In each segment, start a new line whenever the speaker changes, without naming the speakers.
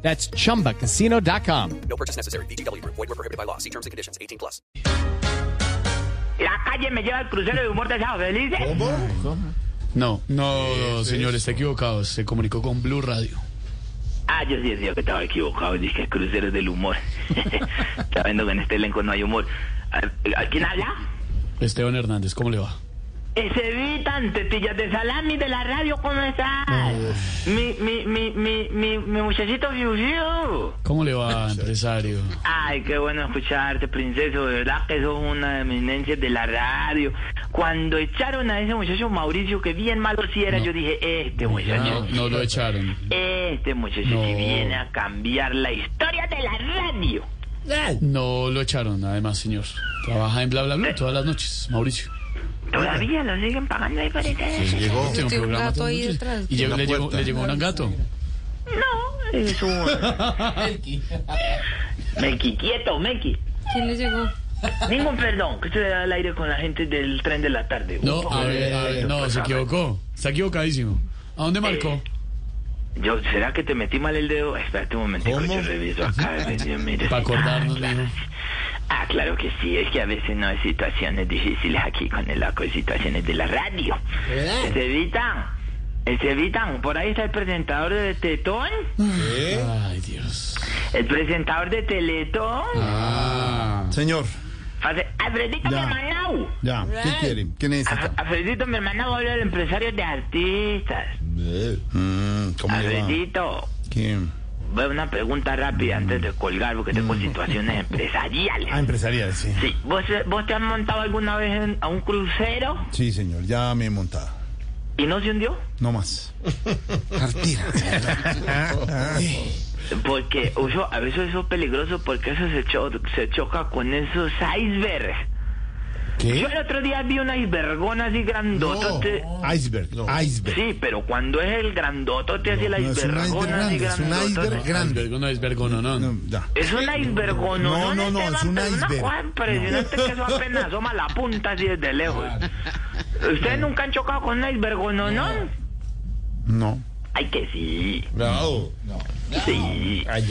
That's chumbacasino.com.
No purchase necessary. BGW. Void were prohibited by law. See terms and conditions. 18 plus.
La calle me lleva al crucero de humor de Sao Felices.
No, no, no, señor, está equivocado. Se comunicó con Blue Radio.
Ah, yo sí decía que estaba equivocado. Dije crucero del humor. Sabiendo que en este elenco no hay humor. ¿A, a quién habla?
Esteban Hernández, ¿cómo le va?
Ese Vitan, tetillas de salami de la radio, ¿cómo estás? Mi, mi, mi, mi, mi, mi muchachito Fiu Fiu.
¿Cómo le va, empresario?
Ay, qué bueno escucharte, princeso. De verdad que sos una eminencia de la radio. Cuando echaron a ese muchacho Mauricio, que bien malo si era, yo dije, este muchacho.
No, no lo echaron.
Este muchacho
No.
que viene a cambiar la historia de la radio.
No lo echaron, además, señor. Trabaja en bla bla bla todas las noches, Mauricio.
Todavía lo siguen pagando ahí parece.
Llegó. Tiene un
Tiene un
programa
gato
todas
ahí
las noches.
detrás.
Y llegó- le, llegó, le llegó un gato.
No, es un... Meki, quieto, Meki.
¿Quién le llegó?
Ningún perdón, que estoy al aire con la gente del tren de la tarde. Un
No,
poco
a
de-
ver, a ver, no, se equivocó. Está equivocadísimo. ¿A dónde marcó?
Yo, ¿será que te metí mal el dedo? Espérate un momentico, yo reviso acá. a ver, yo miro.
Para acordarnos,
Ah, claro.
mijo.
Ah, claro que sí, es que a veces no hay situaciones difíciles aquí con el loco, hay situaciones de la radio. Se evitan, se evitan. Por ahí está el presentador de Tetón,
Ay, Dios.
el presentador de Teletón.
Ah.
Señor,
Alfre- Alfredito, mi
Ya.
hermanao.
ya, ¿qué quieren? ¿Qué
Alf-
necesitan?
Alfredito, mi hermanao habla de empresarios de artistas.
Mm, ¿Cómo le va?
Alfredito,
¿Quién?
voy a una pregunta rápida antes de colgar porque tengo situaciones empresariales.
empresarial, sí.
Sí, ¿Vos, ¿Vos te has montado alguna vez en- a un crucero
Sí, señor, ya me he montado.
y no se hundió?
No más. Cartira.
Porque uso, a veces eso es peligroso porque eso se, cho- se choca con esos icebergs. Yo el otro día vi una icebergona así grandotote.
Iceberg, iceberg.
Sí, pero cuando es el grandotote así la
No, es un iceberg
icebergona así
grande, es un iceberg
grandotota.
grande.
Vergo, no es vergo, no, no.
No, ya.
Es un icebergono.
No, no, no, es un iceberg.
Una cosa impresionante que eso apenas asoma la punta así desde lejos. ¿Ustedes nunca han chocado con un icebergono, no?
No.
Ay, que sí.
Bravo.
Sí. Es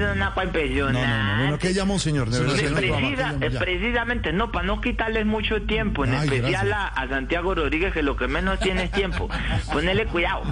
una cosa
No, no,
impresionante.
no, no, no, ¿qué llamó, señor? De verdad,
Pues
señor,
precisa-
¿qué llamó?
eh,
Ya.
precisamente, no, para no quitarles mucho tiempo, en
Ay,
especial
gracias.
a, a Santiago Rodríguez, que lo que menos tiene es tiempo. Ponele cuidado.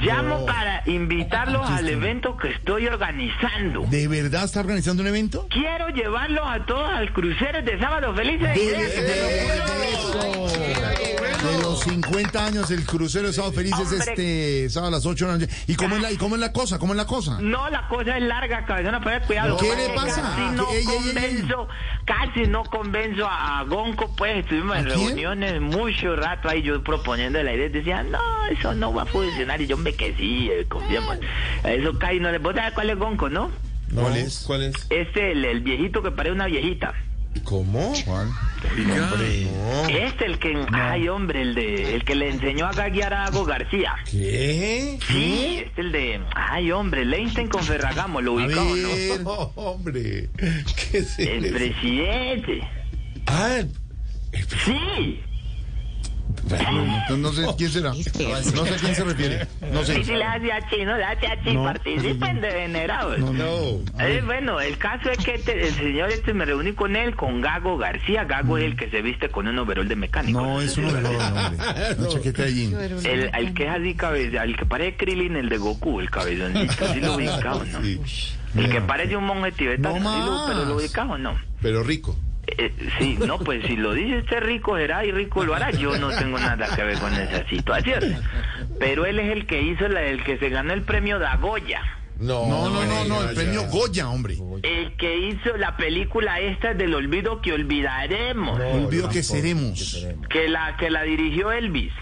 Llamo para invitarlos al evento que estoy organizando.
¿De verdad está organizando un evento?
Quiero llevarlos a todos al crucero de Sábado Felices. Idea que se lo juro.
De los 50 años, el crucero de Sábado Felices
Hombre.
este sábado a las 8 de la noche. ¿Y cómo es la, y cómo es la cosa? ¿Cómo es la cosa?
No, la cosa es larga, cabezona, pero cuidado. lo
¿Qué
que
le
pasa es que
pasa?
Casi no
Ey, ey, ey, ey.
convenzo, casi no convenzo a, a Gonco, pues estuvimos
¿A
en
quién?
reuniones mucho rato ahí yo proponiendo la idea, decía, no, eso no va a funcionar, y yo me que sí, eh, confiemos. Eso cae, no le... ¿Vos sabés cuál es Gonco, no?
¿Cuál es? ¿Cuál es?
Este, el, el viejito que parece una viejita.
¿Cómo? ¿Cuál?
Este, el que... Ay, hombre, el de... El que le enseñó a gaguear a Ago García.
¿Qué?
Sí, este el de... Ay, hombre, el Einstein con Ferragamo, lo
A
ubicó, ¿no?
ver, hombre. ¿Qué es
El
eso?
presidente.
Ah,
Sí.
no, no sé quién será. No sé a quién se refiere. No
Y
sé.
si le hace a chino, le hace a chino,
No.
participen de venerados.
No. A
Eh,
ver,
bueno, el caso es que este- el señor este me reuní con él, con Gago García. Gago es el que se viste con un overol de mecánico.
No, es un error, hombre. Una chaqueta de jean.
El, el que es así cabeza, el que parece Krillin, el de Goku, el cabezoncito, ¿sí lo ubicas o no?
Sí.
El que parece un monje tibetano,
No
¿sí lo-
más.
pero lo ubicas o no?
Pero rico.
Eh, sí, no, pues si lo dice este rico será y rico lo hará. Yo no tengo nada que ver con esa situación. Pero él es el que hizo, la, el que se ganó el premio Dagoya.
No, no, no, no, el premio Goya, hombre.
El que hizo la película esta del olvido que olvidaremos.
Olvido que seremos.
Que la que la dirigió Elvis.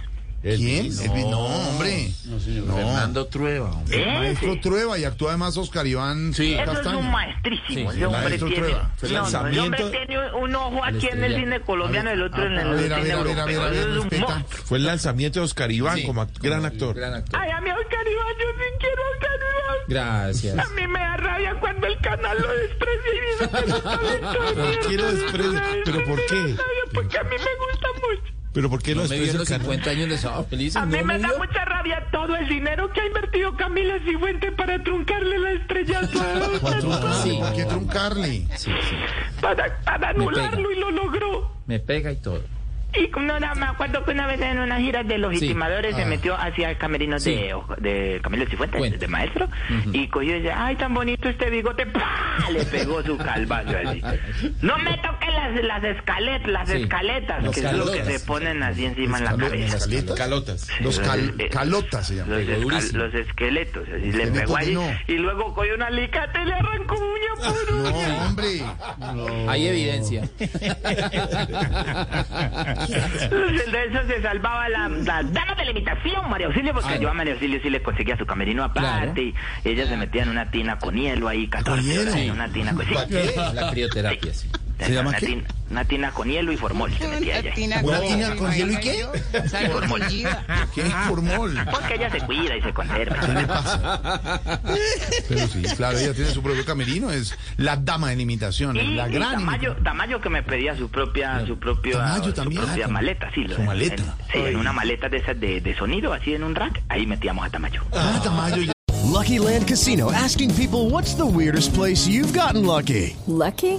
¿Quién? Elvis, no, hombre.
No, señor.
No.
Fernando Trueba. hombre.
Ese.
Maestro Trueba y actúa además Oscar Iván
Sí.
Eso es
Castaño.
un maestrísimo.
Sí, sí,
el,
el
hombre
maestro
tiene,
Trueba. Fue
No, no, el
lanzamiento-
hombre tiene un- un ojo aquí en el cine colombiano y el otro en
Ah, A
el
ver, a
cine
ver, a ver, a ver,
europeo.
a ver,
Eso es un
respeta.
monstruo.
Fue el lanzamiento de Oscar Iván como act- gran actor.
Gran actor.
Ay, a mí Oscar Iván, yo sí quiero a Oscar Iván.
Gracias.
A mí me da rabia cuando el canal lo desprecia y dice que no es talento de mierda.
quién lo desprecia? ¿Pero por qué?
Me da rabia Porque a mí me gusta mucho.
Pero ¿por qué lo
Me dio los
desprecia el
50 años de sábado feliz.
A
¿no,
mí me da
Emilio?
mucha rabia todo el dinero que ha invertido Camila Cifuente para truncarle la estrella a todos,
Truncarle,
Sí.
¿Por qué truncarle?
Sí, sí.
para, para
Me
anularlo y lo logró.
Me pega y todo.
Y no, nada, me acuerdo que una vez en una gira de los
Sí. Ah.
intimadores se metió hacia el camerino
Sí.
de, de Camilo Cifuentes,
Bueno.
de maestro, y cogió y dice, ay, tan bonito este bigote, ¡pah! le pegó su calvario así. No me toquen las, las, escalet, las
Sí.
escaletas,
Las
que es lo que
calotas.
se ponen así encima en la
Calo-
cabeza.
¿Escaletas?
Calotas.
Los cal-
Eh,
calotas se
Los,
llaman.
escal-
durísimo.
los esqueletos, así le
Esqueleto
pegó
de
allí,
no. Ah,
y luego cogió un alicate y le arrancó uña por
No,
uña.
hombre.
Hay evidencia.
Entonces, De eso se salvaba la, la dama de la imitación, María Auxilio,
Ah.
porque
Claro.
yo a María Auxilio sí le conseguía su camerino aparte
Claro.
y ella se metía en una tina con hielo ahí, 14
hielo?
horas en una tina con hielo.
La crioterapia, sí.
¿Se llama
una,
qué?
tina, una tina con hielo y formol se metía ella. ahí.
¿Una tina con hielo y qué? ¿Qué es formol?
Porque ella se cuida y se conserva.
¿Qué le pasa? Pero sí, claro, ella tiene su propio camerino, es la dama de la imitación,
Y,
es la
y
gran
Tamayo,
imitación.
Tamayo que me pedía su propia, su propia,
Tamayo
su
también,
propia
ah, Tamayo.
maleta, sí. lo-
Su maleta.
en- sí, en una maleta de esas de, de sonido, así en un rack, ahí metíamos a Tamayo.
Ah, Tamayo ya-
Lucky Land Casino asking people what's the weirdest place you've gotten lucky?
Lucky?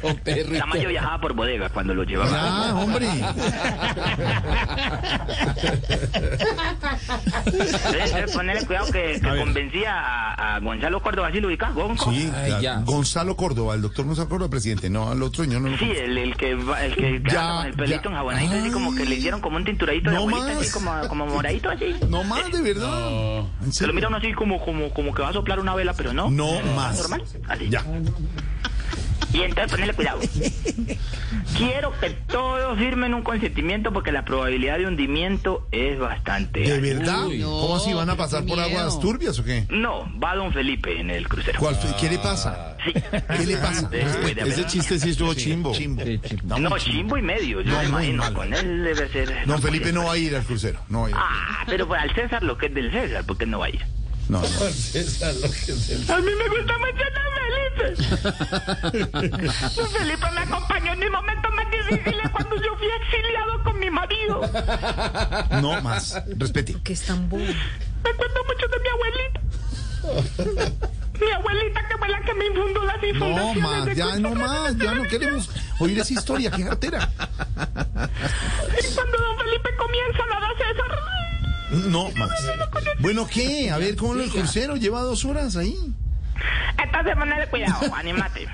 Con perro y
Tamayo
todo.
viajaba por bodegas cuando lo llevaba.
Ah, hombre.
Entonces, ponerle cuidado que, que convencía a, a Gonzalo Córdoba, ¿sí lo ubicás, Gonco?
Sí,
Ay,
claro.
ya.
Gonzalo Córdoba, el doctor Gonzalo Córdoba, presidente. No, al otro señor no lo
Sí, el, el que, va- el que que
Ya,
anda con el
ya.
pelito enjabonadito, así como que le hicieron como un tinturadito de
No
abuelita,
más.
así como, como moradito, así.
No más, de verdad. ¿En
eh. Se
serio?
lo mira uno así como, como, como que va a soplar una vela, pero no.
No más.
Normal, así.
Ya.
Y entonces ponerle cuidado. Quiero que todos firmen un consentimiento porque la probabilidad de hundimiento es bastante
¿De
alta.
verdad?
Uy, no,
¿Cómo así van a
qué
pasar por
miedo.
aguas turbias o qué?
No, va Don Felipe en el crucero.
¿Cuál fue? ¿Qué le pasa?
Sí.
¿Qué le pasa?
Después de haber-
Ese chiste sí estuvo chimbo.
Chimbo.
Sí, chimbo.
Da
No,
mucho.
chimbo y medio, yo
No,
me
muy
imagino.
malo.
Con él debe ser.
Don Felipe no va a ir al crucero. No, va a ir.
Ah, pero para el César lo que es del César, porque no va a ir.
no, no.
A mí me gusta mucho Don Felipe. Don Felipe me acompañó en mis momentos más difíciles cuando yo fui exiliado con mi marido.
No más. Respete.
Me acuerdo mucho de mi abuelita. Mi abuelita que fue la que me infundó las
No
infundaciones. de
más, ya no más, ya no queremos oír esa historia, qué cartera.
Y cuando Don Felipe comienza la da César.
No más. Bueno, ¿qué? A ver, ¿cómo lo del crucero? Lleva dos horas ahí.
Esta semana de cuidado, anímate.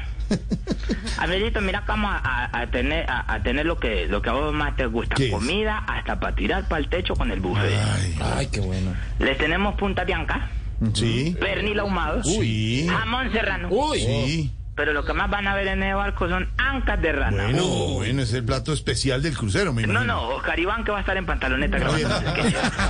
Abelito, mira cómo a, a- a tener a, a tener lo que lo que a vos más te gusta,
¿Qué es?
comida hasta para tirar para el techo con el buffet.
Ay,
Ay, qué bueno.
Les tenemos punta bianca,
sí,
pernil ahumado,
sí,
jamón serrano.
sí.
Pero lo que más van a ver en ese barco son ancas de rana.
Bueno, bueno, es el plato especial del crucero, me
No,
imagino.
no, Oscar Iván que va a estar en pantaloneta
A ver,
grabando.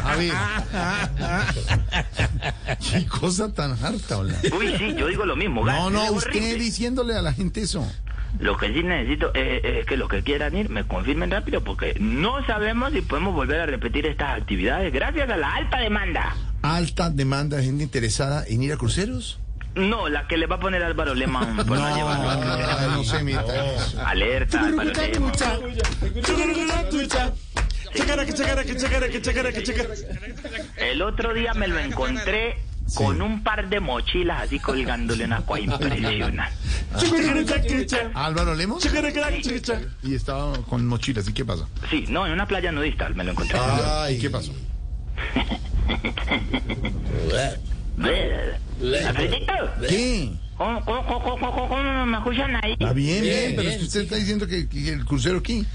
a ver. Qué cosa tan harta, hola.
Uy, sí, yo digo lo mismo.
No,
gato, es
no,
horrible.
usted diciéndole a la gente eso.
Lo que sí necesito es, es que los que quieran ir me confirmen rápido porque no sabemos si podemos volver a repetir estas actividades gracias a la alta demanda.
Alta demanda de gente interesada en ir a cruceros.
No, la que le va a poner Álvaro Lema por Pues no, llevarlo al crucero.
no se meta.
Alerta, Álvaro Lema. El otro día me lo encontré con un par de mochilas así colgándole una cual impresionante.
Álvaro Lemos. Y estaba con mochilas. ¿Y qué pasa?
Sí, no, en una
Ah.
playa nudista me lo encontré.
¿Y qué pasó?
Ve. ¿Alfredito?
¿Qué?
¿Cómo, cómo, cómo, cómo, cómo me escuchan ahí?
Ah, bien, bien, pero es que usted está diciendo que, que el crucero aquí.